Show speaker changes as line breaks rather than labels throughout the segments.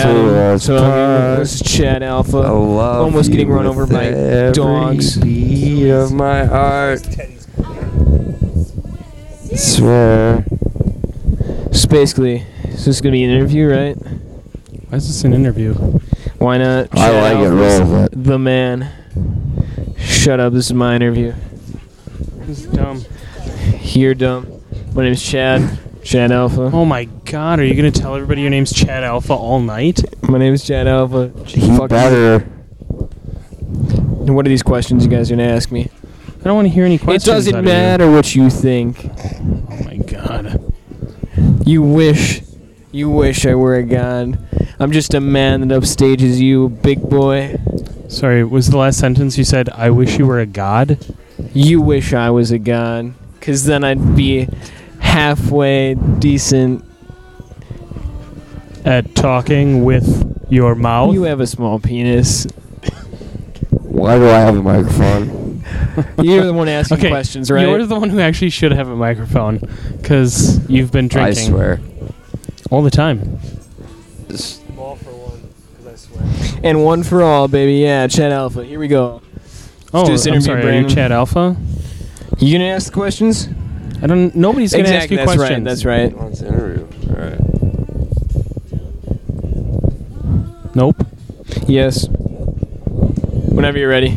Down
That's
to us.
us.
Chad Alpha.
I love
Almost
you
getting run
with
over by
every
dogs.
beat of my heart. Swear.
So basically, so this is gonna be an interview, right?
Why is this an interview?
Why not?
I like it,
Alpha's
roll with it.
The man. Shut up. This is my interview.
This is dumb.
You're dumb. My name's Chad. Chad Alpha.
Oh my god, are you gonna tell everybody your name's Chad Alpha all night?
My name is Chad Alpha.
He
Fuck
better.
you. What are these questions you guys are gonna ask me?
I don't want to hear any questions.
it doesn't
out of you.
matter what you think.
Oh my god.
You wish, you wish I were a god. I'm just a man that upstages you, big boy.
Sorry, was the last sentence you said, I wish you were a god?
You wish I was a god, cause then I'd be halfway decent.
At talking with your mouth?
You have a small penis.
Why do I have a microphone?
You're the one asking
okay,
questions, right?
You're the one who actually should have a microphone because you've been
I
drinking
swear.
all the time.
It's-
and one for all, baby. Yeah, Chad Alpha. Here we go.
Oh,
do this
I'm
interview,
sorry. Are you
Brandon.
Chad Alpha?
You gonna ask the questions?
I don't. Nobody's gonna
exactly.
ask you
that's
questions.
right. That's right.
Well, it's an interview. All right.
Nope.
Yes. Whenever you're ready.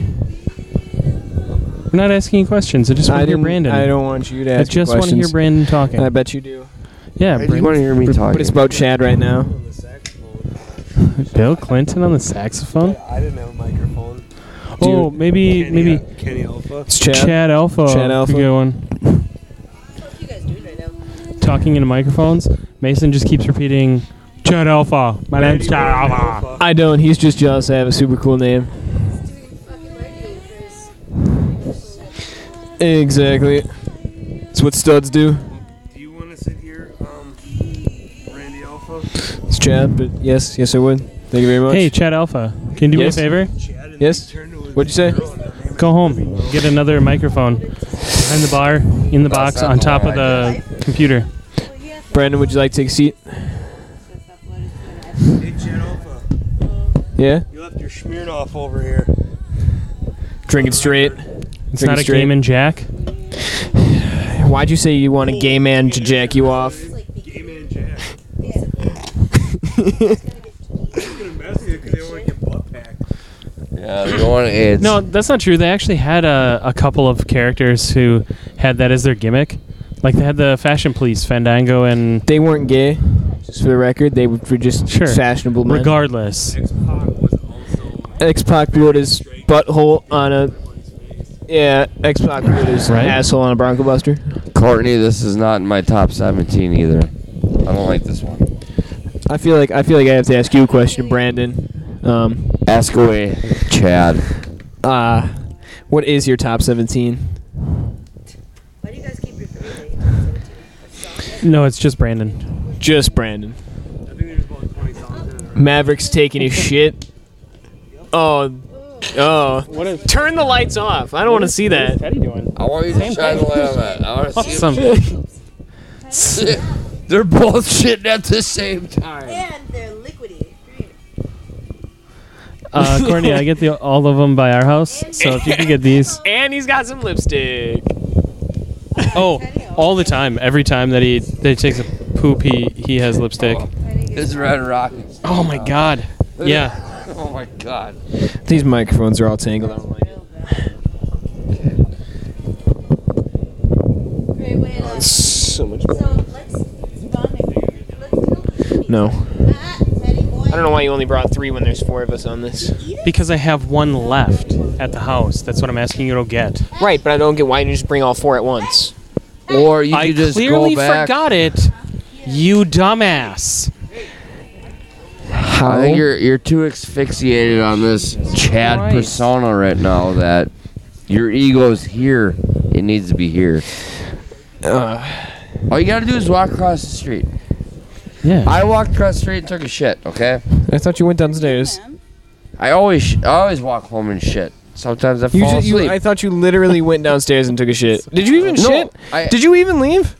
We're not asking you questions. I just
I
want to hear
didn't-
Brandon.
I don't want you to
I
ask me
just want to hear
questions.
Brandon talking.
I bet you do.
yeah,
Why do you want to hear me
But-
talking?
But it's about Chad right now.
Bill Clinton on the saxophone.
I didn't have a microphone.
Oh, maybe maybe
Kenny Alpha.
It's Chad.
Chad, Alpha.
Chad Alpha.
Could go on
you guys doing right now?
talking into microphones. Mason just keeps repeating, Chad Alpha. My name's Chad Alpha.
I don't. He's just jealous. I have a super cool name.
Doing fucking radio Chris.
Exactly. It's what studs do.
Do you want to sit here, um, Randy Alpha?
It's Chad. But yes, yes, I would. Thank you very much.
Hey, Chad Alpha. Can you do
Yes?
me a favor?
Chad and
Yes?
they turned to his
What'd you say?
girl and her name
Go home. Get another microphone behind the bar, in the box,
Outside
on
the
top
bar,
of the computer.
Brandon, would you like to take a seat?
is- Hey, Chad Alpha.
Yeah.
You left your Smirnoff over here.
Drinking straight.
It's
Drinking
not a
straight.
game and Jack.
Why'd you say you want a gay man to jack you off?
Gay man Jack.
It's
Fucking investigate because they want to get butt packed.
Yeah, you don't want to. It's
No, that's not true. They actually had a, a couple of characters who had that as their gimmick. Like they had the fashion police, Fandango, and
They weren't gay. Just for the record, they were just
Sure.
fashionable men.
regardless.
X-Pac was also
X-Pac blew his butthole on a... Yeah, X-Pac blew his
Right?
asshole on a Bronco Buster.
Courtney. This is not in my top 17 either. I don't like this one.
I feel like I feel like I have to ask you a question, Brandon. Um,
Ask away, Chad.
uh, what is your top 17?
Why do you guys keep repeating?
No, it's just Brandon.
Just Brandon.
I think there's about 20 songs in it. already.
Maverick's taking his shit. Oh, oh! Turn the lights off. I don't want to see that.
Teddy doing?
I want you to shine the light on that. I want to see
Some
Shit. They're both shitting at the same time.
And they're liquidy.
uh, Courtney, I get the all of them by our house. So if you can get these,
And he's got some lipstick.
oh, all the time, every time that he that he takes a poop, he he has lipstick.
It's red rocket.
Oh my god. Yeah.
Oh my god.
These microphones are all tangled. I don't like it.
Great way to- So
So much.
let's bond it. Let's tell them.
No.
Ah, Teddy boy.
I don't know why you only brought three when there's four of us on this.
Because I have one left at the house. That's what I'm asking you to get.
Right, but I don't get why you just bring all four at once.
Or you
I
could just
clearly
go back.
forgot it. You dumbass.
How?
I think you're you're too asphyxiated on this Chad
Christ.
persona right now that your ego's here. It needs to be here. All you gotta do is walk across the street.
Yeah.
I walked across the street and took a shit. Okay.
I thought you went downstairs.
I always sh- I always walk home and shit. Sometimes I fall
You, ju- you
asleep.
I thought you literally went downstairs and took a shit. Did you even
No,
shit?
I-
Did you even leave?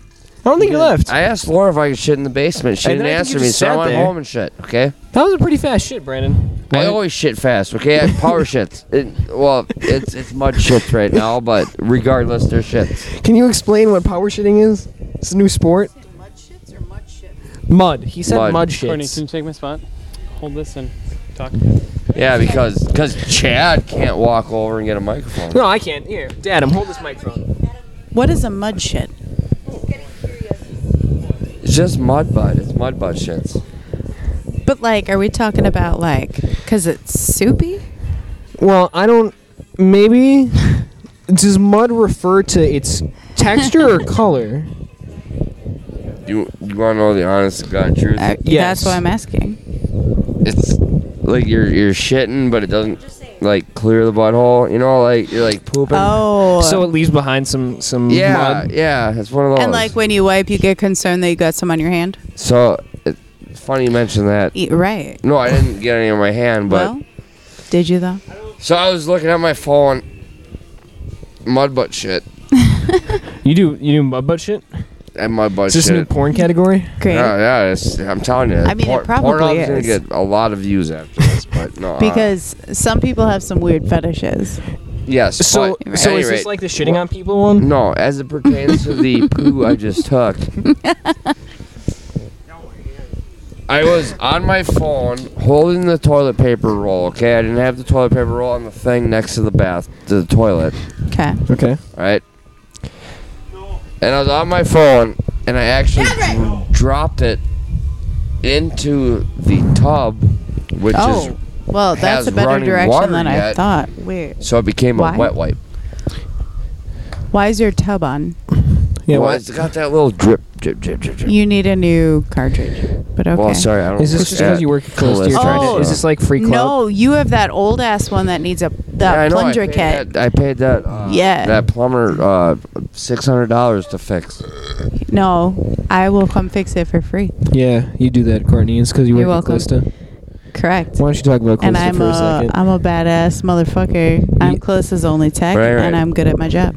I don't think you left.
I asked Laura if I could shit in the basement. She
And
didn't
I think you
answer me,
just
so I
sat
went
there.
home and shit. Okay.
that was a pretty fast shit, Brandon.
I always shit fast. Okay. I power shits. It, well, it's it's mud shits right now, but regardless, they're shits.
Can you explain what power shitting is? It's a new sport.
Say mud shits or mud shit?
Mud. He said mud,
Mud.
Courtney,
shits.
can you take my spot? Hold this and talk.
Yeah, because because Chad can't walk over and get a microphone.
No, I can't. Here, Dad, I'm hold this microphone.
What is a mud shit?
It's just mud bud. It's mud bud shits.
But like, are we talking about like, cause it's soupy?
Well, I don't. Maybe does mud refer to its texture or color?
You you want to know the honest to god truth?
Uh,
Yes.
That's what I'm asking.
it's like you're you're shitting, but it doesn't like clear the butthole. You know, like you're like pooping.
Oh,
So it leaves behind some some
yeah,
mud.
yeah. It's one of those.
and like when you wipe, you get concerned that you got some on your hand.
so it, funny you mentioned that.
E- right.
No, I didn't get any on my hand, but
well, did you though?
so I was looking at my phone. Mud butt shit.
You do you do mud butt shit?
And mud butt
Is this a new
shit.
porn category?
Great.
Yeah, yeah, it's, I'm telling you.
I mean, it probably
Pornhub's gonna
is.
get a lot of views after this, but no. uh,
because some people have some weird fetishes.
yes.
So
but at
so
any
is this
rate-
like the shitting on people one?
No, as it pertains to the poo I just took. I was on my phone holding the toilet paper roll, okay? I didn't have the toilet paper roll on the thing next to the bath, to the toilet,
Okay.
Okay.
right? And I was on my phone and I actually dr- dropped it into the tub, which
Oh, well,
has
that's a better
running
direction
water
than I
yet.
thought. Weird.
is so it became
Why?
a wet wipe.
Why is your tub on?
Yeah.
well,
What?
it's got that little drip, drip, drip, drip, drip.
You need a new cartridge. But okay.
Well, sorry, I don't.
Is this
work
just because
at
you work close to
Callisto.
your
Oh.
oh, Is this like free club?
No, you have that old ass one that needs a that
Yeah, I know, I
plunger
paid
kit.
that- I paid that. Uh,
Yeah.
That plumber, uh, six hundred dollars to fix.
No, I will come fix it for free.
Yeah, you do that, Courtney. It's because you
You're
work at
welcome.
Calista.
Correct.
Why don't you talk about
and
Calista
I'm
for a,
a
second?
I'm a badass motherfucker. I'm
Ye-
close as only tech,
Right, right.
and I'm good at my job.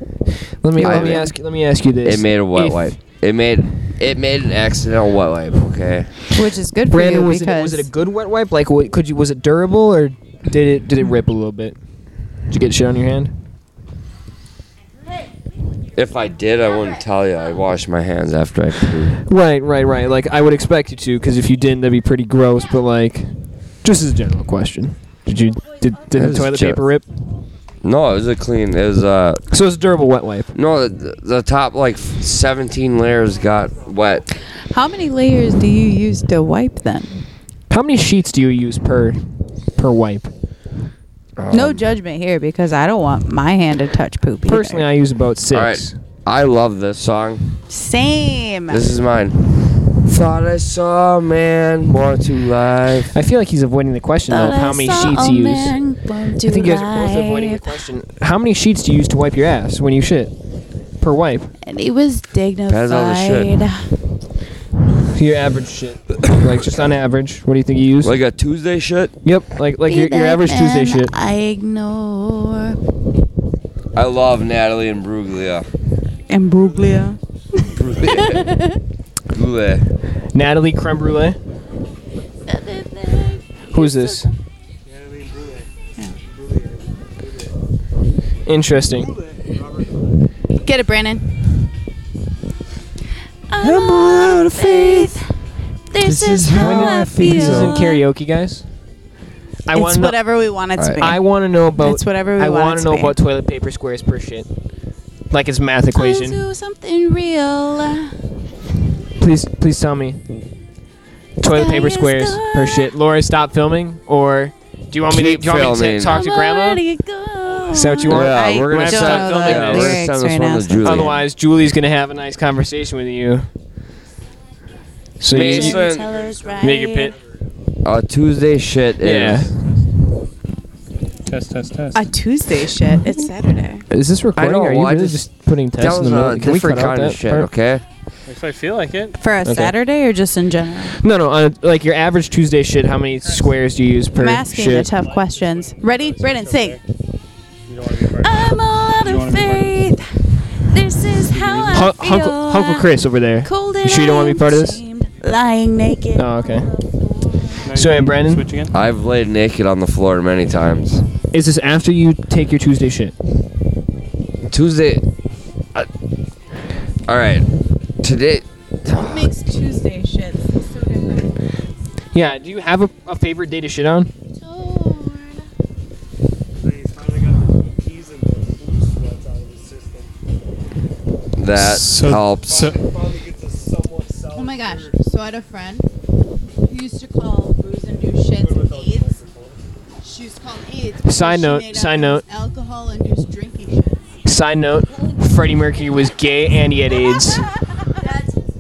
let me
I-
let me ask let me ask you this.
It made a wet
If-
wipe. It made it made an accidental wet wipe. Okay.
Which is good for
Brandon,
you
was it,
because
was it a good wet wipe? Like, what, could you? Was it durable, or did it did it rip a little bit? Did you get shit on your hand?
If I did, I wouldn't tell you. I washed my hands after I pooed.
Right, right, right. Like, I would expect you to, because if you didn't, that'd be pretty gross. But like, just as a general question, did you did, did the
That's
toilet
ju-
paper rip?
No, it was a clean. It was uh
So it's a durable wet wipe.
no the, the top like seventeen layers got wet.
how many layers do you use to wipe then?
How many sheets do you use per per wipe?
no
Um,
judgment here because I don't want my hand to touch poop. either.
Personally, I use about six.
All right. I love this song.
same.
This is mine. Thought I saw a man more to life.
I feel like he's avoiding the question though, of how many sheets you use. I think you guys are both avoiding the question. How many sheets do you use to wipe your ass when you shit? Per wipe.
and it was
Depends on the shit.
dignified.
Your average shit. like just on average. What do you think you use?
Like a Tuesday shit.
yep, like like your, your average Tuesday shit.
I ignore.
I love Natalie and Bruglia.
Ambruglia.
Goulet.
Natalie Creme Brulee. Who's this? Interesting.
Get it, Brandon.
I'm out of faith. This, is
When
how
did-
I feel.
This isn't karaoke, guys. I
it's
want
whatever we want it to
Alright.
be.
I want to know about.
It's whatever we
I
want
wanna
it to
know
be.
about toilet paper squares per shit. Like it's math
Let's
equation.
do something real.
Please, please tell me. Toilet paper squares per shit. Laura, stop filming, or do you want me to,
Keep
do you want me to
filming.
talk to
I'm
grandma?
already gone.
Is that what you want?
Yeah,
I
we're gonna
don't
send,
know
yeah,
the
we're gonna
lyrics
send this
right now.
one to Julie.
Otherwise, Julie's gonna have a nice conversation with you. So you,
Mason.
you
Tell us right.
make your pit.
uh, Tuesday shit
Yeah.
is.
Test, test, test.
a Tuesday shit. It's Saturday.
Is this recording?
know,
Are you
I
really
just-
just, putting tests
That
in
was
the middle?
a
Can we cut
different
out
kind of
that
shit,
part?
okay?
if I feel like it.
For a
Okay.
Saturday or just in general?
No, no. On a, like your average Tuesday shit, how many squares do you use per
I'm asking
shit?
the tough questions. Ready? Brandon, sing.
I'm all out of faith. This is how I
Hun-
feel.
Hunkle, Hunkle Chris over there.
Cold
You
and
sure you don't want to be part of this?
untamed, Lying naked.
Oh, okay.
Now
So,
you
and Brandon?
switch again?
I've laid naked on the floor many times.
Is this after you take your Tuesday shit?
Tuesday. I, all right. Today.
What makes Tuesday shit so different?
Yeah. Do you have a, a favorite day to shit on?
They finally got the blue keys and the blue sweats out of the system.
That
So-
helps.
So-
Finally- finally gets a somewhat solid
Oh my gosh.
third.
So I had a friend who used to call booze and do shits
Good without the
AIDS.
microphone.
She was called AIDS. because
Side
she
note-
made up
side
these
note.
Alcohol-induced drinking shits.
Side note: Freddie Mercury was gay and he had AIDS.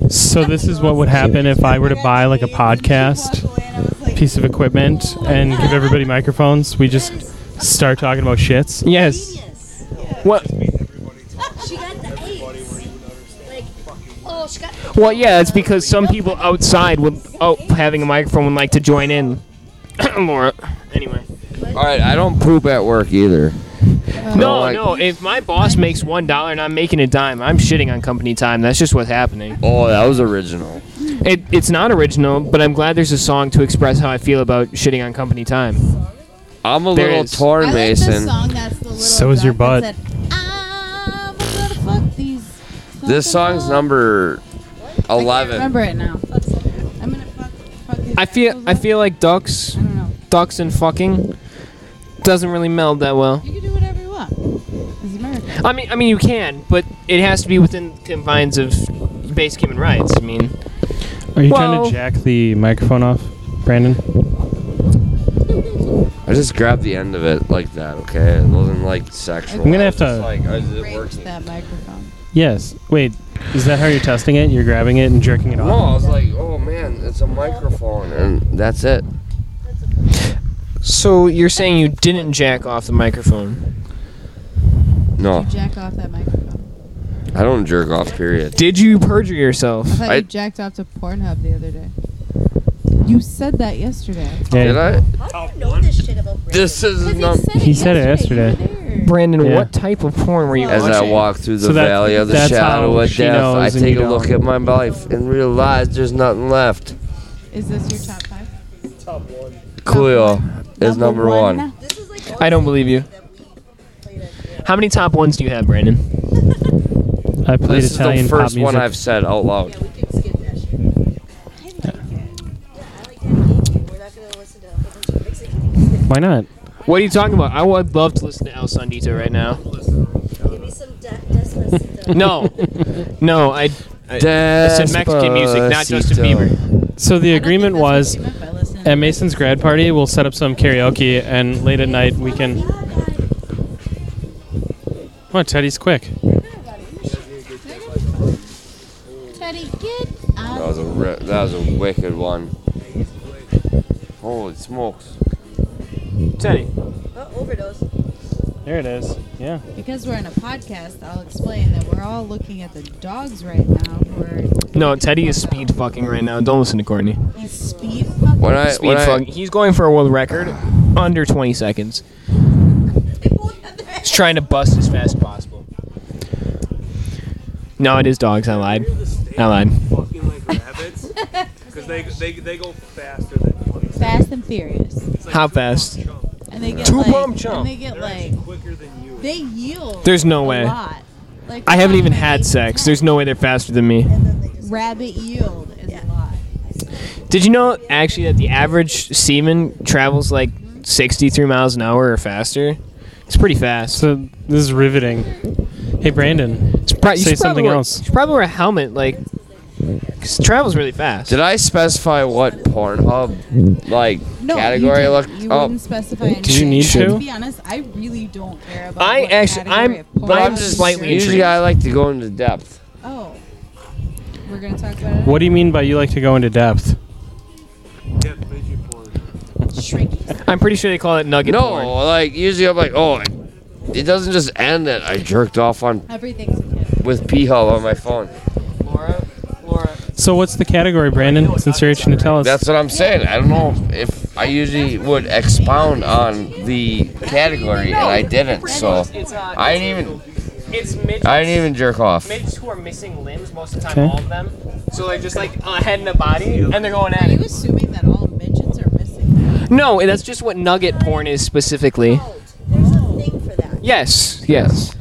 So this is what would happen if I were to buy like a podcast piece of equipment and give everybody microphones. We just start talking about shits.
Yes. What?
She got the AIDS. Like, oh, she got
Well, yeah, it's because some people outside would, oh, having a microphone would like to join in. Laura. Anyway.
All right. I don't poop at work either.
No,
like-
no. If my boss makes one dollar and I'm making a dime, I'm shitting on company time. That's just what's happening.
Oh, that was original.
It, it's not original, but I'm glad there's a song to express how I feel about shitting on company time.
I'm a
There
little
is.
I
torn,
like this
Mason.
song that's the little
So is your
duck that
butt.
said, "I'm gonna fuck these
This
fucking
song's
hoes."
number
I can't
11.
remember it now. I'm gonna fuck, fuck these
I feel
assholes
I
up.
feel like ducks,
I don't know.
ducks and fucking doesn't really meld that well.
You can do whatever you want. This is America.
I mean, I mean you can, but it has to be within confines of basic human rights. I mean,
Are you trying
Well-
to jack the microphone off, Brandon?
I just grabbed the end of it like that, okay? It wasn't like sexual.
I'm
I
gonna have
was just
to-
Like, is it
Break
working?
that microphone.
Yes. Wait, is that how you're testing it? You're grabbing it and jerking it
No,
off?
I was like, oh man, it's a microphone, and that's it.
so you're saying you didn't jack off the microphone?
No,
You jacked off that microphone.
I don't jerk off. Period.
Did you perjure yourself?
I thought
I-
you jacked off to Pornhub the other day. You said that yesterday.
Yeah.
Did I?
How do you know this shit about Brandon?
This is not.
He said it yesterday.
Brandon,
Yeah.
what type of porn were you
As I
watching?
walk through the
So that-
valley of the
that's
shadow
how
of
she
death, I
knows and
take
you
a look at
don't.
my life and realize there's nothing left.
Is this your top five?
Top one.
Cool is number one.
This is like
I don't believe you. How many top ones do you have, Brandon?
I played
This is
Italian
the first
pop
one
music.
I've said out loud.
Why not?
What are you talking about? I would love to listen to El Sandito right now. No, no, I, I, I said Mexican music, not Justin Bieber.
So the agreement was at
And
Mason's grad party, we'll set up some karaoke, and late at night we can. What? Teddy's quick.
Teddy, get
That was a re- that was a wicked one. Holy smokes!
Teddy,
Overdose.
There it is. Yeah.
Because we're in a podcast, I'll explain that we're all looking at the dogs right now. Who are
no, Teddy is speed fucking right now. Don't listen to Courtney.
he's speed fucking.
When I
Speed
when I,
fucking. He's going for a world record under 20 seconds. He's trying to bust as fast as possible. No, it is dogs. I lied.
Hear the state
I lied.
Fucking like rabbits, because they, they they go faster than twenty.
Fast and furious,
It's like
How
two pump
fast?
chump.
and they get
Two
like,
pump chump.
and they get
They're
like
actually quicker than you.
they yield.
There's no
a
way.
lot. Like,
I haven't
we're
even
talking
had
about
sex.
8,
There's no way they're faster than me.
rabbit yield is a lot.
Did you know actually that the average seaman travels like 63 miles an hour or faster? It's pretty fast.
So this is riveting. Hey, Brandon.
It's pro- you
say
should probably
something
wear-
else.
You should probably wear a helmet, like, 'cause it travels really fast.
did I specify what Pornhub like
No,
category oh.
you
I looked
didn't. You
up?
wouldn't specify. Anything.
Did you need
To
to?
be honest, I really don't care about.
I
what
actu-
category
I'm-
of porn
But I'm
I'm
you
just
slightly
search.
usually
intrigued.
I like to go into depth.
Oh, we're gonna talk about it.
What do you mean by you like to go into depth?
Yeah, midget porn.
shrinking?
I'm pretty sure they call it nugget
No,
porn.
like usually I'm like, oh, it doesn't just end that I jerked off on
Everything's okay.
with P Hub on my phone.
Laura, Laura.
So what's the category, Brandon? Since you're itching to tell us.
That's what I'm saying. I don't know if I usually would
uh,
expound on the category, and Oh. I didn't. So I didn't even.
it's midgets.
I didn't even jerk off.
Midgets who are missing limbs most of the time,
Okay.
all of them. So like just like a head and a body, and they're going
Are
at
you
it.
assuming that all midgets are missing?
No, that's just what nugget porn is specifically.
There's a thing for that.
Yes, yes.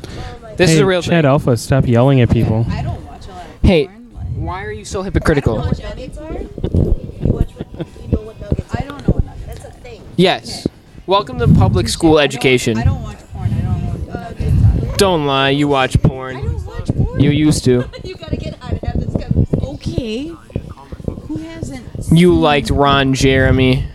This
hey,
is a real
Chad
thing.
Alpha, stop yelling at people.
I don't watch a lot of
Hey.
porn. Like,
Why are you so hypocritical?
What nuggets are? You watch what you know what nuggets
I
are.
don't know what nuggets.
That's a thing.
Yes. Welcome to public school
I don't-
education.
I don't watch porn. I don't know what nuggets are.
Don't lie, you watch
Uh, I
porn.
don't watch porn.
You used to.
you gotta get out and have this conversation.
Okay. Who hasn't?
You liked Ron Jeremy.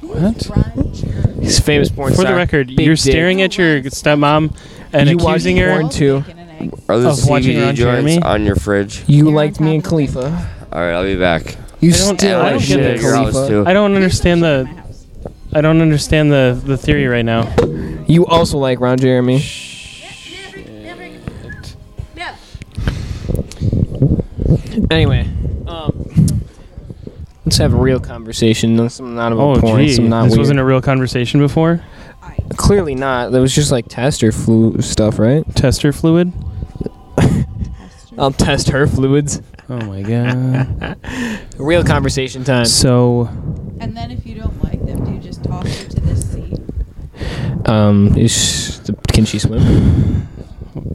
What?
Ron Jeremy?
He's a famous porn
For
star.
the record,
Big
you're
dick.
staring at your stepmom and
You watch
accusing her.
porn? too.
Bacon and eggs.
Are there
Of watching
CBD
Ron
joints
Jeremy?
on your fridge?
You
You're
liked
on
me and
top of
Khalifa.
All right, I'll be back.
You
I don't-
still
I
like
don't
me
get
and
that. You're
always
Khalifa.
too.
I don't understand
At
the
my house.
I don't understand the, the theory right now.
You also like Ron Jeremy. Anyway, um, let's have a real conversation. not Some not
Oh
about porn.
gee,
Some not
this
weird.
wasn't a real conversation before.
Clearly not. That was just like tester flu stuff, right?
Tester fluid.
I'll test her fluids.
Oh my god.
Real conversation time.
so
And then if you don't like them, do you just toss her to the sea?
Um, is can she swim?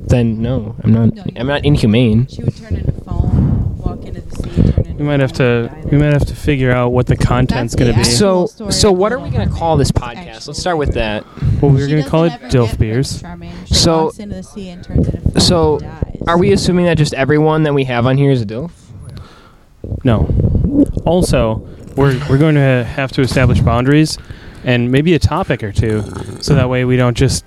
Then no, I'm not.
No, you-
I'm not inhumane.
She would turn into foam, walk into the sea, turn into.
we might have
foam,
to
die
we
there.
might have to figure out what the content's
That's
going to
the
be.
actual-
So,
story
so
of
what
the
are we gonna call this podcast? Let's start with that.
well, we were
She
going to call it
doesn't ever
Dilf
get
Beers.
charming. She
So-
walks into the sea and turns into foam
So,
and dies.
Are we assuming that just everyone that we have on here is a dilf?
No. Also, we're we're going to have to establish boundaries and maybe a topic or two, so that way we don't just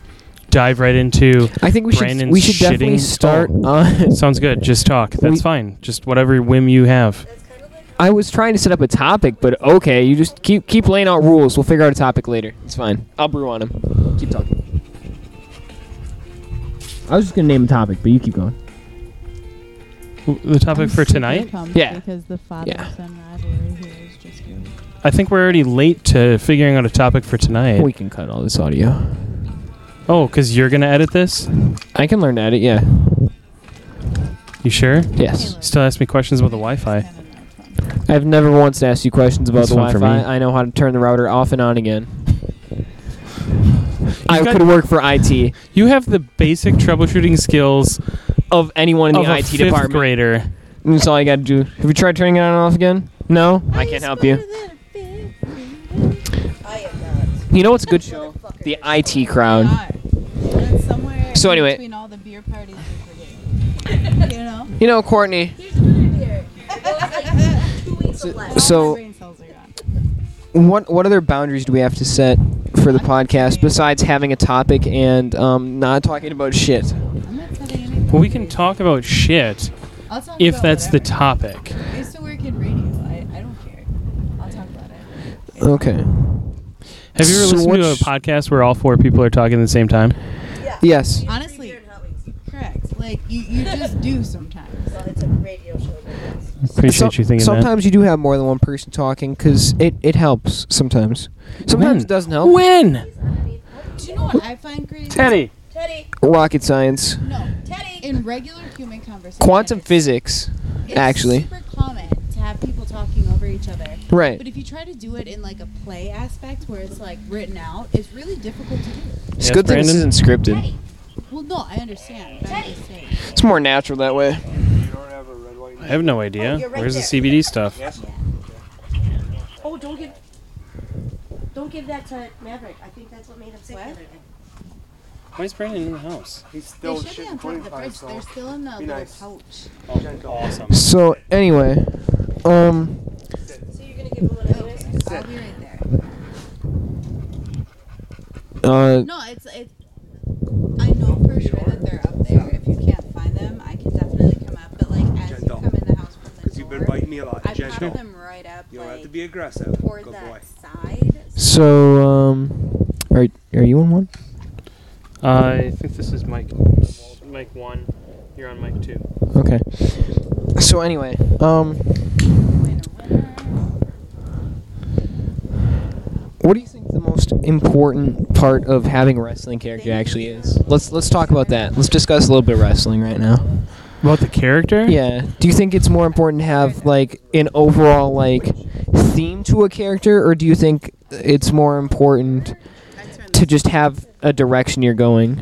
dive right into.
I think we should.
Brandon's
We should definitely
shitting-
start on.
Sounds good. Just talk. That's
We-
fine. Just whatever whim you have.
I was trying to set up a topic, but okay, you just keep keep laying out rules. We'll figure out a topic later. It's fine. I'll brew on them. Keep talking. I was just gonna name a topic, but you keep going.
W- The topic
I'm
for
super
tonight.
pumped
Yeah.
Because the
Yeah.
father-son rivalry here is just good.
I think we're already late to figuring out a topic for tonight.
We can cut all this audio.
Oh, because you're gonna edit this?
I can learn to edit. Yeah.
You sure?
Yes.
Still ask me questions about the Wi-Fi.
Kind of not fun.
I've never once asked you questions about
That's
the
fun for
Wi-Fi.
me.
I know how to turn the router off and on again. I
got-
could work for IT
You have the basic troubleshooting skills
of anyone in
of
the
a
IT
fifth
department.
grader.
That's all you got to do. Have you tried turning it on and off again? No, I can't help you.
I am not.
You know what's a good show? The IT crowd.
They are. And it's somewhere
So
in
anyway-
between all the beer parties we forget. you know,
You know, Courtney.
Here's another beer. Well, it's like two weeks of left.
All my
So,
brain cells are gone.
what what other boundaries do we have to set for the podcast besides having a topic and um, not talking about shit?
I'm not setting anything.
Well, we can talk about shit
I'll talk
if
about
that's the
whatever.
topic.
I used to work in radio. I, I don't care. I'll talk about it.
Okay.
Have you ever
So
listened to a
what's-
podcast where all four people are talking at the same time?
yeah.
Yes.
Honestly.
Beer and hot wings.
Correct. Like you, you just do sometimes.
Well, it's a radio show.
Appreciate
Some-
you thinking
sometimes you do have more than one person talking because it, it helps sometimes. Sometimes
When?
it doesn't
that.
help.
When?
Do you know what I find crazy?
Teddy.
Teddy,
Rocket science,
No.
Teddy.
In regular human conversation,
quantum
it's-
physics.
it's
actually.
super common to have people talking over each other. But
Right.
if you try to do it in like a play aspect where it's like written out, it's really difficult to do.
It's
Yes,
a good thing this
Brandon?
isn't scripted.
Well, no, I understand. But I'm just saying.
It's more natural that way.
You don't have a red, white,
I have no idea.
Oh, you're right
Where's
there.
the CBD stuff?
yes?
Oh, don't give. Don't give that to Maverick. I think that's what made him sick the other day.
Why is Brandon in the house?
He's
They
still
should be
shit
on top of the
by
fridge. They're
himself.
still in the
Be
little
nice.
pouch.
Awesome.
So anyway, um,
So you're gonna give him one anyways?
I'll be right there.
uh,
No, it's it's. I know for sure that they're up there. If you can't find them, I can definitely come up. But like as you
Gentle.
come in the house from
Because
the
you've been
door,
biting me a lot.
I
Gentle.
pop them right up
You don't have
like
to be aggressive.
toward
Good
that
boy.
side.
so um, are are you on one?
I think this is Mike. Mike one. You're on Mike two.
Okay. So anyway, um,
Winner, winner.
What do you think the most important part of having a wrestling character actually is? Let's let's talk about that. Let's discuss a little bit of wrestling right now.
About the character?
Yeah. Do you think it's more important to have like an overall like theme to a character or do you think it's more important to just have a direction you're going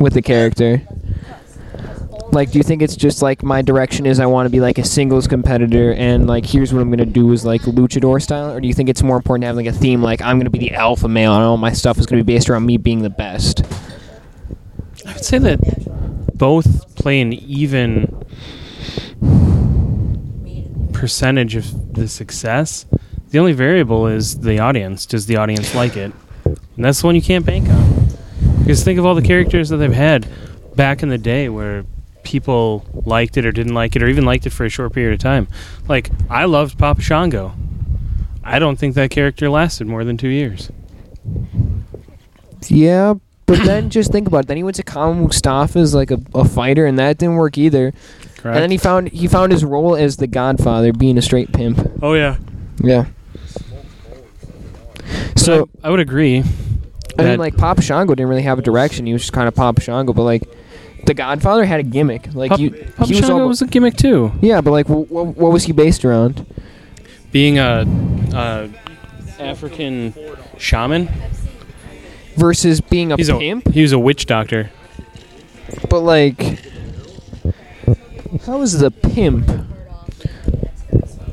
with the character? Like do you think it's just like my direction is I want to be like a singles competitor and like here's what I'm going to do is like luchador style or do you think it's more important to have like a theme like I'm going to be the alpha male and all my stuff is going to be based around me being the best?
I would say that both play an even percentage of the success. The only variable is the audience. Does the audience like it? And that's the one you can't bank on. Because think of all the characters that they've had back in the day where people liked it or didn't like it or even liked it for a short period of time. Like, I loved Papa Shango. I don't think that character lasted more than two years.
Yeah, but then just think about it. Then he went to Kamal Mustafa as like a, a fighter, and that didn't work either.
Correct?
And then he found he found his role as the Godfather, being a straight pimp.
oh, yeah.
Yeah. So
I, I would agree.
I mean,
that-
like Papa Shango didn't really have a direction. He was just kind of Papa Shango, but like the Godfather had a gimmick. Like
Pop,
you,
Papa
he was,
Shango
almo-
was a gimmick too.
yeah, but like wh- wh- what was he based around?
Being a, a African shaman,
Versus being a
he's a
pimp,
he was a witch doctor.
but like how is the pimp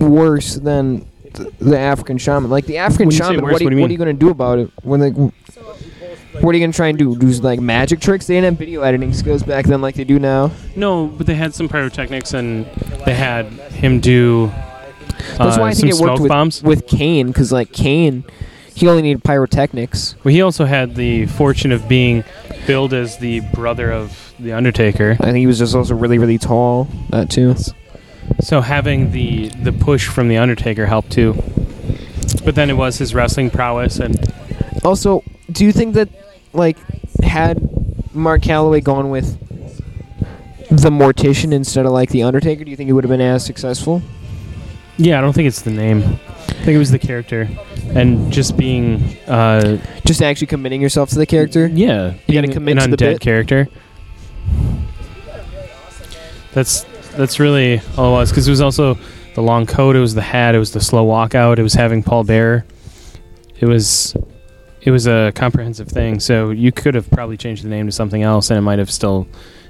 worse than th- the African shaman? Like the African
When you say
shaman,
worse,
what, do
what do
you,
you
what are you
mean?
gonna do about it? When like, wh- what are you gonna try and do? Do like magic tricks? They didn't have video editing skills back then like they do now.
No, but they had some pyrotechnics and they had him do.
That's
uh,
why I
some
think it worked
smoke
with
bombs.
with Kane because like Kane, he only needed pyrotechnics.
Well, he also had the fortune of being billed as the brother of the Undertaker.
I think he was just also really really tall. That too.
So having the the push from the Undertaker helped too. But then it was his wrestling prowess and
Also, do you think that like had Mark Calloway gone with the Mortician instead of like the Undertaker, do you think he would have been as successful?
yeah, I don't think it's the name. I think it was the character and just being uh
Just actually committing yourself to the character.
yeah, being
commit
an
to the
undead
bit.
character. That's that's really all it was because it was also the long coat, it was the hat, it was the slow walkout, it was having Paul Bearer. It was it was a comprehensive thing. So you could have probably changed the name to something else, and it might have still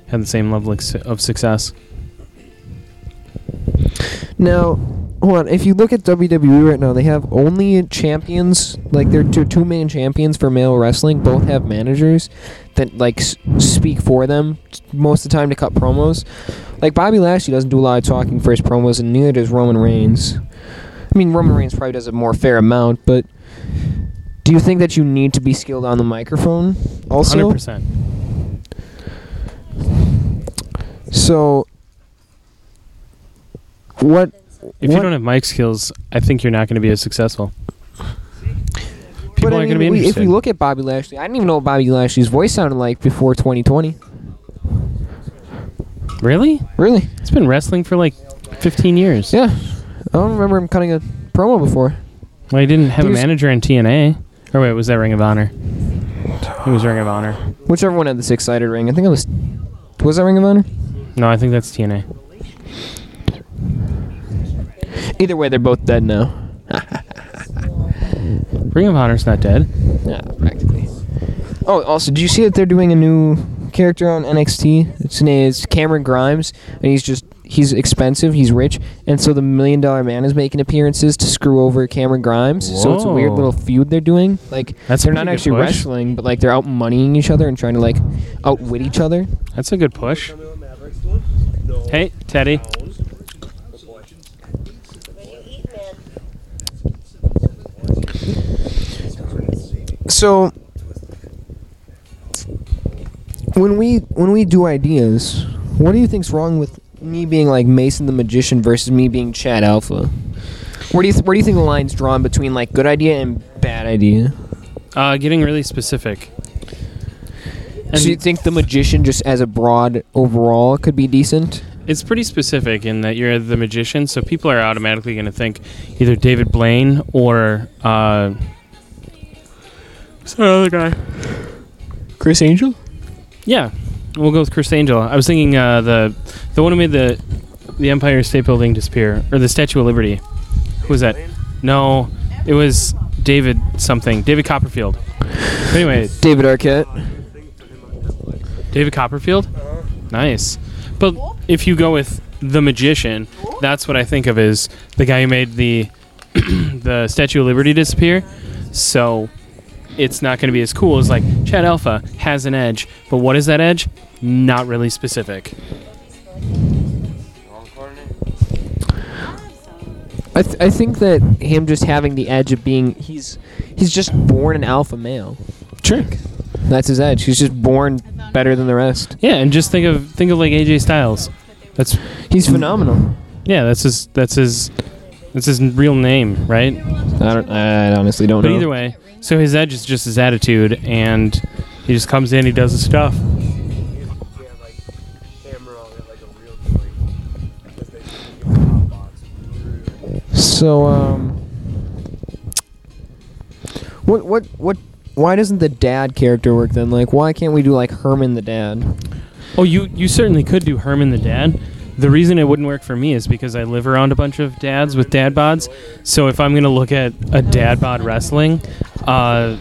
had the same level ex- of success.
Now, hold on. If you look at WWE right now, they have only champions. Like their two two main champions for male wrestling both have managers that like s- speak for them most of the time to cut promos. Like Bobby Lashley doesn't do a lot of talking for his promos, and neither does Roman Reigns. I mean, Roman Reigns probably does a more fair amount, but do you think that you need to be skilled on the microphone? Also,
Hundred percent.
so what?
If
what-
you don't have mic skills, I think you're not going to be as successful. People
But I
aren't going to
mean,
be
we-
interested.
If we look at Bobby Lashley, I didn't even know what Bobby Lashley's voice sounded like before 2020.
really?
Really?
It's been wrestling for like 15 years.
Yeah. I don't remember him cutting a promo before.
Well, he didn't have
He
a
was-
manager in TNA. Or wait, was that Ring of Honor? It was Ring of Honor.
Whichever one had the six-sided ring. I think it was. Was that Ring of Honor?
No, I think that's TNA.
Either way, they're both dead now.
Ring of Honor's not dead.
Yeah, practically. Oh, also, did you see that they're doing a new character on NXT? His name is Cameron Grimes, and he's just he's expensive, he's rich, and so the Million Dollar Man is making appearances to screw over Cameron Grimes. So it's a weird
Whoa.
little feud they're doing. Like
That's a
they're not
pretty good
actually
push.
wrestling, but like they're out moneying each other and trying to like outwit each other.
That's a good push. Hey, Teddy.
So when we when we do ideas, what do you think's wrong with me being like Mason the magician versus me being Chad Alpha? Where do you th- where do you think the line's drawn between like good idea and bad idea?
Uh, getting really specific. And
so you think the magician just as a broad overall could be decent?
it's pretty specific in that you're the magician, so people are automatically going to think either David Blaine or uh, who's that other guy?
Chris Angel?
Yeah, we'll go with Chris Angel. I was thinking uh, the the one who made the the Empire State Building disappear or the Statue of Liberty. Who was that? No, it was David something. David Copperfield. But anyway,
David Arquette.
David Copperfield. Nice. But if you go with the magician, that's what I think of as the guy who made the the Statue of Liberty disappear. So it's not going to be as cool as like Chad Alpha has an edge, but what is that edge? Not really specific.
I, th- I think that him just having the edge of being he's he's just born an alpha male.
Sure.
That's his edge. He's just born better than the rest.
Yeah, and just think of think of like AJ Styles. That's
He's phenomenal.
yeah, that's his that's his that's his real name, right?
I don't. I honestly don't
But
know.
either way, so his edge is just his attitude, and he just comes in, he does his stuff.
So um, what what what? Why doesn't the dad character work then? Like, why can't we do like Herman the dad?
Oh, you you certainly could do Herman the dad. The reason it wouldn't work for me is because I live around a bunch of dads with dad bods. So if I'm gonna look at a dad bod wrestling, uh,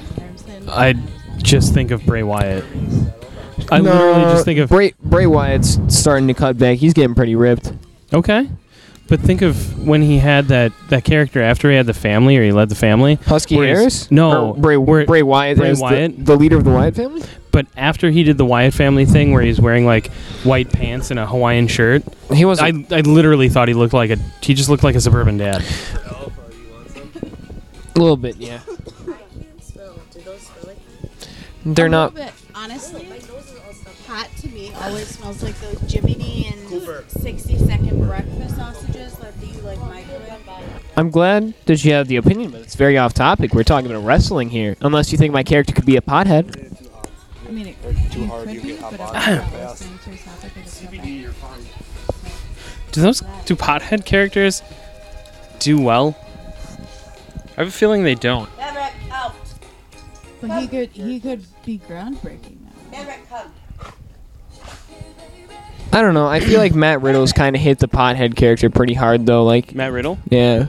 I just think of Bray Wyatt. I literally just think of
Bray Bray Wyatt's starting to cut back. He's getting pretty ripped.
okay, but think of when he had that that character after he had the family or he led the family.
Husky
Whereas-
Harris?
No,
Or Bray
where-
Bray Wyatt
Bray
as the-
Wyatt?
The, leader of the Wyatt family.
But after he did the Wyatt family thing where he's wearing like white pants and a Hawaiian shirt,
He was.
I, I literally thought he looked like a he just looked like a suburban dad.
A little bit, yeah. They're
No,
not.
but honestly, hot to me always smells like those Jiminy and 60 second breakfast sausages like do you like microwave.
I'm glad that you have the opinion, but it's very off topic. We're talking about wrestling here. Unless you think my character could be a pothead.
I mean, it could too hard, you get hot body.
Do those do pothead characters do well? I have a feeling they don't.
Maverick, out.
But he could, he could be groundbreaking now.
Maverick, come.
I don't know. I feel like Matt Riddle's kind of hit the pothead character pretty hard, though. Like,
Matt Riddle.
yeah.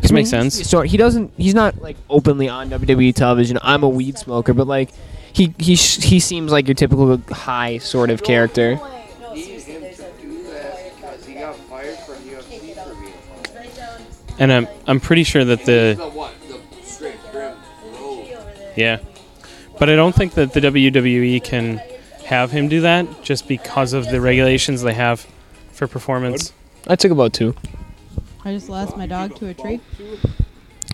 This makes sense.
So he doesn't. He's not like openly on WWE television. I'm a weed smoker, but like, he he sh- he seems like your typical high sort of character.
No, seriously, there's a.
And I'm I'm pretty sure that the yeah, but I don't think that the WWE can have him do that just because of the regulations they have for performance.
I took about two.
I just lost my dog to a tree.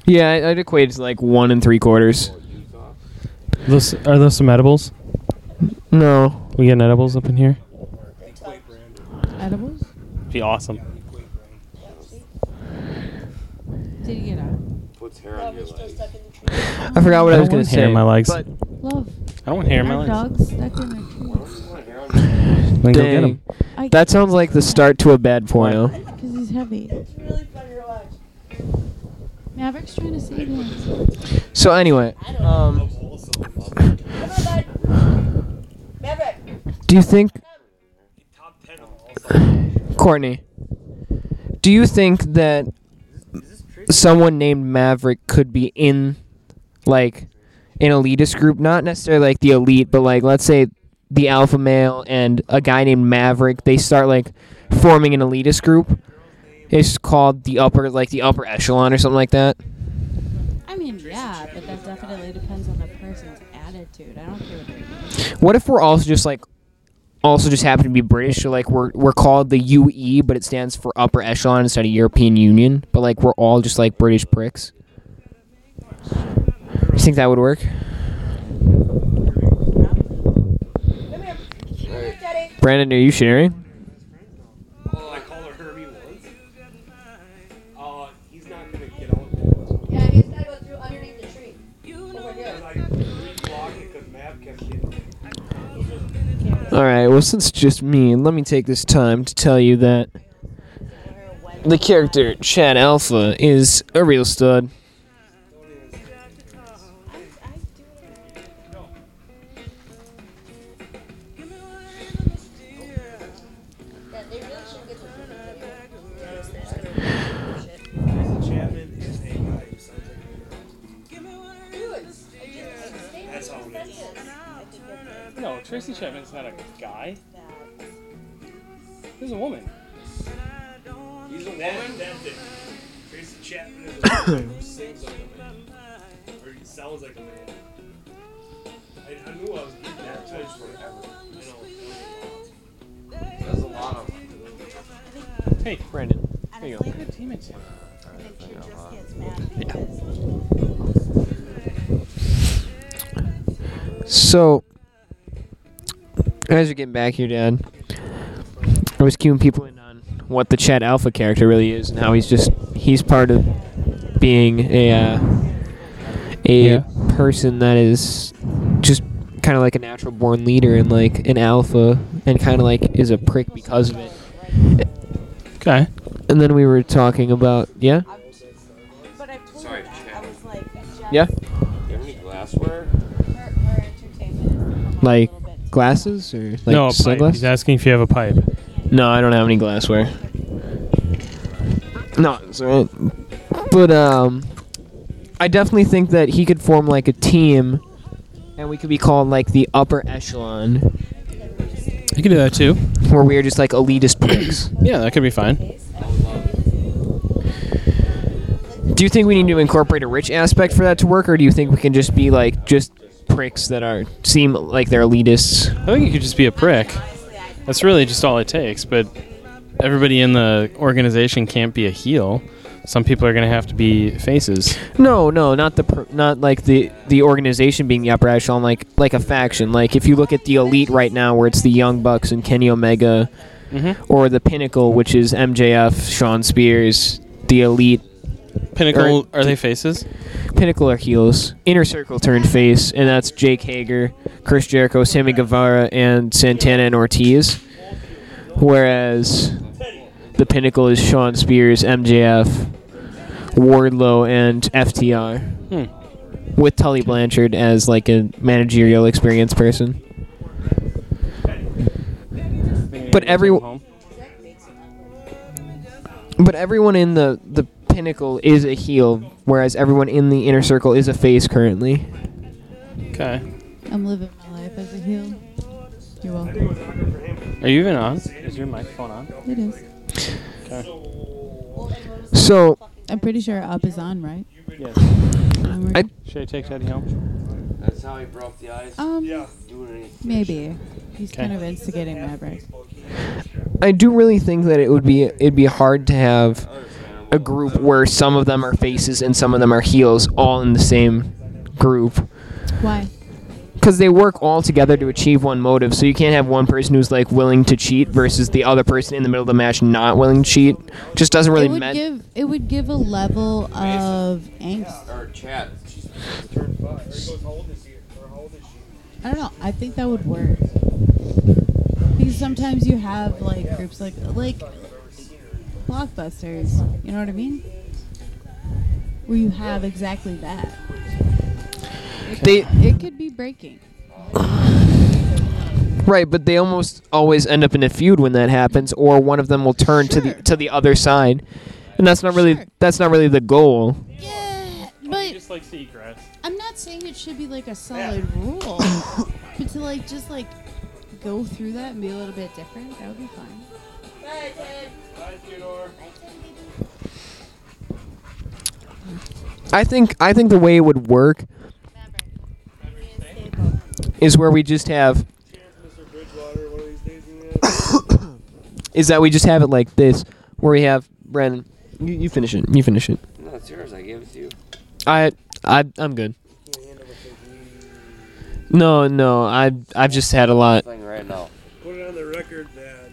Yeah, I- I'd equate it to like one and three quarters.
Those, are those some edibles?
No,
We getting edibles up in here?
Edibles?
Be awesome.
Did he get out?
I forgot what I,
I
was gonna
don't want hair
say.
in my legs.
But
Love.
I don't want hair in my
Our
legs.
dog's stuck in a tree.
Then go get
Dang.
'em.
I-
That sounds like the start to a bad porno.
Because he's heavy.
It's really funny to watch.
Maverick's trying to save him.
So anyway, um,
Come on, bud. Maverick.
do you think Courtney? Do you think that someone named Maverick could be in like an elitist group, not necessarily like the elite, but like let's say the alpha male and a guy named Maverick, they start like forming an elitist group. It's called the upper like the upper echelon or something like that.
I mean, yeah, but that definitely depends on the person's attitude. I don't care what they're
What if we're also just like also just happen to be British, so like we're we're called the UE, but it stands for upper echelon instead of European Union, but like we're all just like British pricks. You think that would work? Brandon, are you sharing?
I call her Herbie once. Uh, he's not gonna get out with it.
Yeah, he's gotta go through underneath the tree. Over here.
I blocked it because Mav kept getting
All All right. Well, since it's just me, let me take this time to tell you that the character Chad Alpha is a real stud.
Chapman is a guy who sounds like a girl. That's all it is.
No, Tracy Chapman's not a guy. This is a woman.
He's a woman. That's it. Tracy Chapman is a guy who sings like a man. Or he sounds like a man. I, I knew I was getting that touch forever. I know.
There's a lot of
Hey,
Brandon.
Honestly, good team it's
she just gets mad because
So, as you're getting back here, Dad, I was cueing people in on what the Chad Alpha character really is and how he's just he's part of being a uh, a
Yeah.
person that is just kind of like a natural born leader and like an alpha and kind of like is a prick because of it.
Okay.
And then we were talking about yeah
But I told
Sorry,
her that.
Chad.
I was like, Jeff,
yeah
You have any glassware?
her, her entertainment has become a
like
little bit
glasses or like
no, a pipe.
sunglasses.
He's asking if you have a pipe.
No, I don't have any glassware. No, it's alright. But um, I definitely think that he could form like a team, and we could be called like the upper echelon,
You can do that too.
where we are just like elitist pricks.
Yeah, that could be fine.
do you think we need to incorporate a rich aspect for that to work, or do you think we can just be like just pricks that are seem like they're elitists?
I think you could just be a prick. That's really just all it takes. But everybody in the organization can't be a heel. Some people are going to have to be faces.
No, no, not the pr- not like the the organization being the upper echelon, like like a faction. Like if you look at the elite right now, where it's the Young Bucks and Kenny Omega,
Mm-hmm.
or the Pinnacle, which is MJF, Sean Spears, the elite.
Pinnacle,
Or-
are they faces?
Pinnacle are heels. Inner Circle turned face, and that's Jake Hager, Chris Jericho, Sammy Guevara, and Santana and Ortiz. Whereas the Pinnacle is Sean Spears, MJF, Wardlow, and FTR.
Hmm.
with Tully Blanchard as like a managerial experience person. But every- But everyone in the the pinnacle is a heel, whereas everyone in the inner circle is a face currently.
Okay.
I'm living my life as a heel. You're welcome.
Are you even on? Is your microphone on?
It is.
So
I'm pretty sure up is on, right?
Yes.
Um,
I-
Should I take Teddy home?
That's how he broke the ice.
um,
Doing any
maybe. He's
Okay.
kind of instigating Maverick.
I do really think that it would be it'd be hard to have a group where some of them are faces and some of them are heels all in the same group
Why?
because they work all together to achieve one motive. So you can't have one person who's like willing to cheat versus the other person in the middle of the match not willing to cheat. Just doesn't really
it would
matter.
give it would give a level of angst.
Or Chad. She's
Turned five. Or he goes, how old is he? Or how old is she?
I don't know. I think that would work because sometimes you have like groups like like blockbusters. You know what I mean? Where you have exactly that.
They
It could be breaking.
Right, but they almost always end up in a feud when that happens, or one of them will turn to the
Sure.
to the other side, and that's not really
Sure.
that's not really the goal.
Yeah, but
like seagrass.
I'm not saying it should be like a solid rule, but to like just like go through that and be a little bit different, that would be fun.
Hi, Theodore.
I think I think the way it would work is where we just have
Mr. Bridgewater, one of these days we have.
is that we just have it like this, where we have Brandon. You, you finish it. You finish it.
No, it's yours. I gave it to you.
I I I'm good. No, no, I I've just had a lot.
Thing right now.
Put it on the record that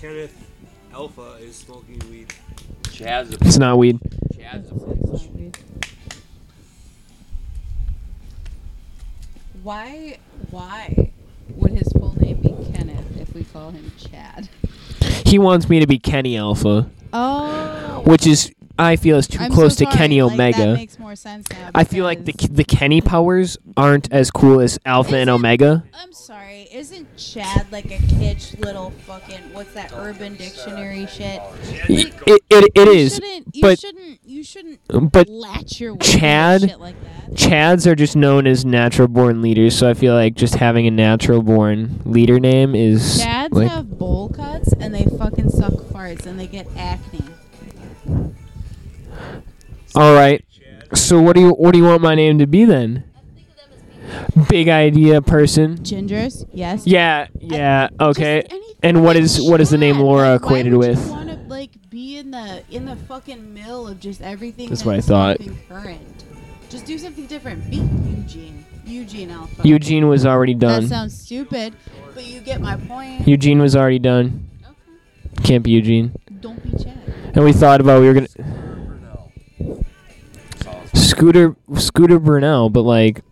Kenneth Alpha is smoking weed.
Chad's a
It's not weed.
Chad's a bitch.
Why? Why would his full name be Ken? we call him Chad.
He wants me to be Kenny Alpha,
Oh.
which is I feel is too
I'm
close to
so sorry.
Kenny
Like,
Omega.
That makes more sense now.
I feel like the
because-
the Kenny powers aren't as cool as Alpha and
Isn't-
Omega.
I'm sorry.
Isn't Chad like a kitsch little fucking what's that Urban Dictionary shit?
It, it, it
You
is,
shouldn't. You
but
shouldn't. You shouldn't
but
latch your way
Chad-
to shit like that.
Chads are just known as natural born leaders, so I feel like just having a natural born leader name is
Chads
like
have bowl cuts and they fucking suck farts and they get acne.
all right. So what do you what do you want my name to be then? Big idea person.
Gingers, yes.
Yeah, yeah, okay.
Just anything
And what
like
is what is the name
Chad.
Laura
Like,
equated
why would
with?
You want to like be in the in the fucking mill of just everything.
That's
that
what I
is
thought.
fucking Current. Just do something different. Be Eugene. Eugene Alpha.
Eugene was already
That
done.
sounds stupid, but you get my point.
Eugene was already done. Can't be Eugene.
Don't be Chad.
And we thought about we were gonna Scooter Scooter Brunel, but like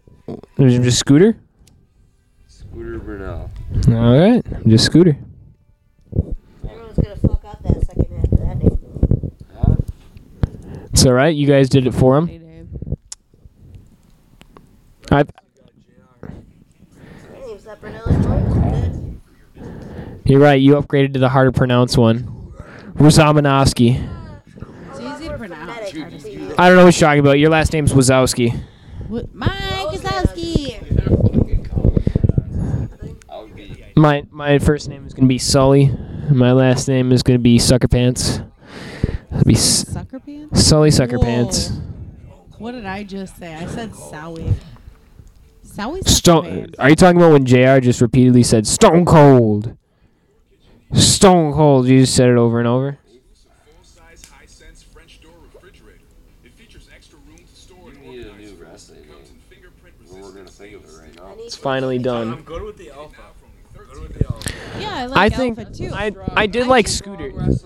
is it just Scooter?
Scooter Brunel.
All right, just Scooter.
Everyone's gonna fuck up that second half of that name.
Huh?
It's all right. You guys did it for him. I
That name's not Brunello's choice. Good.
You're right. You upgraded to the harder pronounce one. Rosamanowski.
It's easy to pronounce.
Phonetic artist.
I don't know what you're talking about. Your last name's Wazowski.
What- Mike Kozlowski.
My my first name is gonna be Sully. My last name is gonna be Sucker Pants. It'll be S-
Sucker pants.
Sully Sucker
Whoa.
Pants.
What did I just say? I said Sowie. Sowie
Stone. Are you talking about when Jr. just repeatedly said Stone Cold? Stone Cold. You just said it over and over.
full-size high-sense French door refrigerator. It features extra room to store and
We need a
organize
new
food.
wrestling
Comes in
name.
fingerprint
We're
resistant
gonna think of it right now.
I need
It's finally done.
I'm good with the alpha. I'm good with the alpha.
Yeah, I
I
like
think
Alpha too.
I I did like Scooter.
Alpha's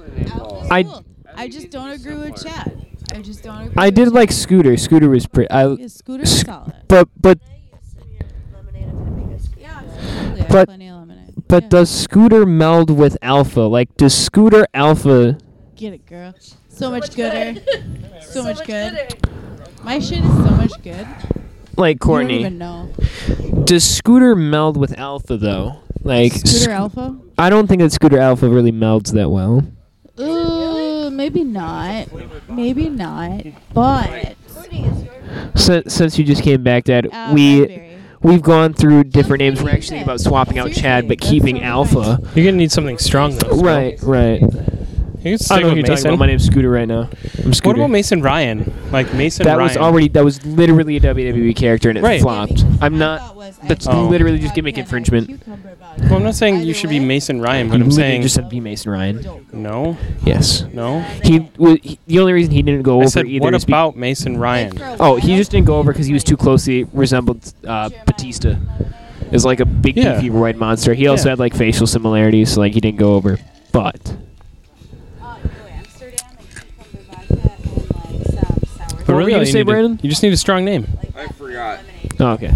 I-
cool. I just don't agree with Chad. I just don't agree.
I
with
did like Scooter. Scooter was pretty. I
Yeah, Scooter is
Sc-
solid.
but but
Some of your lemonade, I'm gonna make us.
Totally,
But-
plenty of lemonade.
But
Yeah.
does Scooter meld with Alpha? Like, does Scooter Alpha?
get it, girl. So much gooder. So much good. My shit is so much good.
Like
You don't
Courtney,
even know.
does Scooter meld with Alpha though? Like,
Scooter
Sc-
Alpha?
I don't think that Scooter Alpha really melds that well.
Ooh, maybe not. Maybe not. But
Since since you just came back, Dad,
uh,
we
raspberry.
we've gone through different names.
That's
We're
what you
actually
said.
about swapping out
Seriously,
Chad, but
that's
keeping
totally
Alpha.
You're gonna need something strong though. still.
Right, right.
You can
I
stick
don't know who you're
with
talking
Mason.
about. My name's Scooter right now. I'm
What
Scooter.
about Mason Ryan? Like Mason
that
Ryan.
was already that was literally a WWE character and it
Right.
flopped. I'm
I
not.
thought was- I
that's
thought
literally
was
just gimmick
can I
infringement.
cucumber bug?
Well, I'm not saying you
Either
should
way.
be Mason Ryan, but
you
I'm
literally
saying
just said B Mason Ryan.
no,
Yes.
no.
He, wa- he the only reason he didn't go
I
over
said
either
what
is be-
about Mason Ryan?
For a
oh
while,
he just didn't go over because he was too closely resembled uh, Batista
uh,
is like a big
Yeah.
beefy red monster he also
Yeah.
had like facial similarities so like he didn't go over but
Oh, no, Amsterdam and cucumber vodka and like some sour.
What were you gonna
all
say,
need to-
Brandon?
you just need a strong name.
I forgot.
oh, okay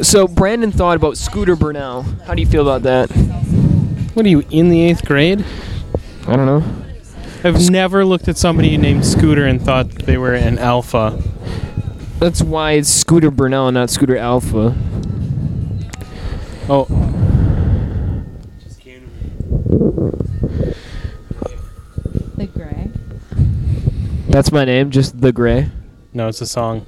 so Brandon thought about Scooter Burnell how do you feel about that
What are you in the eighth grade?
I don't know
I've never looked at somebody named Scooter and thought they were an alpha.
that's why it's Scooter Burnell and not Scooter Alpha
Oh,
The gray.
that's my name just the gray
no, it's a song.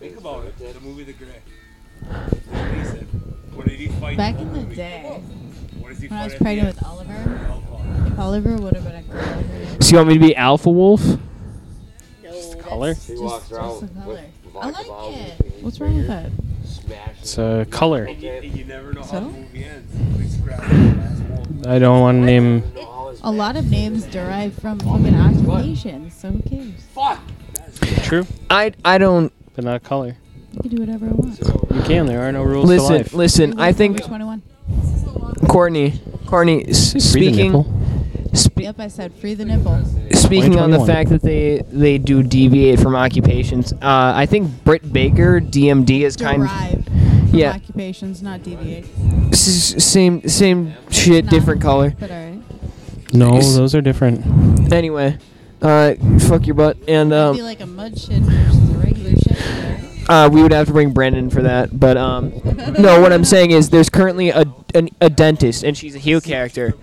Think about it. The movie The Gray. He said, What did he fight?
Back
the
in
whole
the
movie?
day,
What does he
when I
fight
was
at the
pregnant
end?
with Oliver,
Alpha.
if Oliver would have been a girl, he would've
so you want me to be Alpha Wolf
He
Color.
Just-
walks
just
around
the
with
color.
vodka
I like
bottles
it.
between his
What's wrong with
fingers,
that?
smashing
It's
them.
a color.
And you, and you never know how
So?
the movie ends. Like, scrap the last one.
I don't want to name.
A lot of names derive from fucking occupations, so who cares?
True,
I I don't
but not color.
You can do whatever I want.
You can. There are no rules to
listen
life.
listen I think
21.
Courtney Courtney s-
Free the
speaking
nipple.
spe-
Yep, I said free the nipple.
speaking on the
2021.
fact that they they do deviate from occupations, uh, I think Britt Baker DMD is kind
Derive. from
Yeah.
occupations, not deviate.
S- s- same same shit,
Nah,
different color.
But alright.
No,
Nice.
those are different.
Anyway, uh, fuck your butt. And
be
um,
like a mud shit versus a regular shit. right?
uh, we would have to bring Brandon for that. But um, no, what I'm saying is there's currently a an, a dentist, and she's a heel character.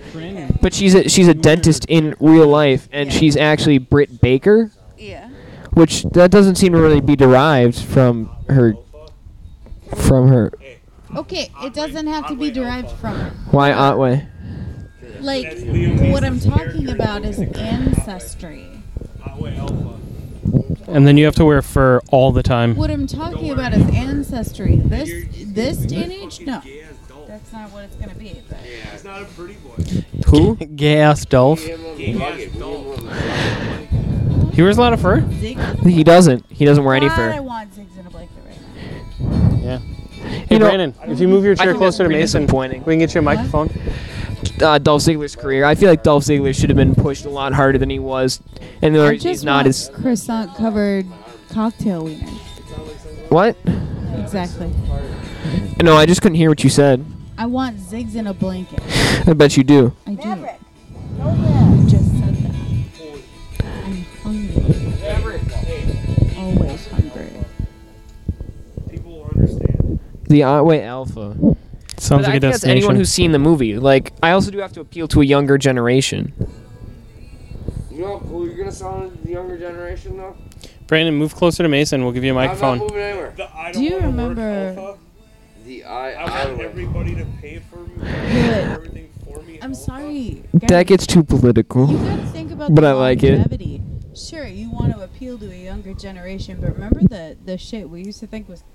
But she's a she's a dentist in real life, and she's actually Britt Baker,
Yeah.
which that doesn't seem to really be derived from her from her.
Okay, it doesn't have to be derived from it.
Why Otway?
Like, what I'm talking about is ancestry.
And then you have to wear fur all the time.
What I'm talking about is ancestry. This this day and age, no, that's not what it's gonna be. But
He's not a pretty boy.
Who?
Gay ass Dolph.
He wears a lot of fur.
Zig,
He doesn't. He doesn't wear any
God, I
fur.
want Zig's in a blanket right now.
Yeah. Hey,
know,
Brandon, if you move your
I
chair
think that's
closer to
pretty
Mason, we
disappointing.
can get you a microphone.
uh, Dolph Ziggler's career. I feel like Dolph Ziggler should have been pushed a lot harder than he was, and the
I
reason
just
he's not
want
as
croissant covered cocktail wiener.
what?
Exactly.
No, I just couldn't hear what you said.
I want Zig's in a blanket.
I bet you do.
I do. I just said that. I'm hungry. Always hungry.
People will understand.
The Otway Alpha. But
Sounds like
I
a
think that's anyone
destination.
who's seen the movie. Like, I also do have to appeal to a younger generation.
You know who you're gonna sound to the younger generation though?
Brandon, move closer to Mason. We'll give you a
I'm not
microphone.
moving anywhere.
The I
Do
don't
you
wanna work
remember?
alpha.
The I,
I
I,
want everybody to pay for me. Everything for me.
I'm sorry.
That gets too political.
You gotta think about
But
the
I like it.
longevity. Sure, you want to appeal to a younger generation, but remember the the shit we used to think was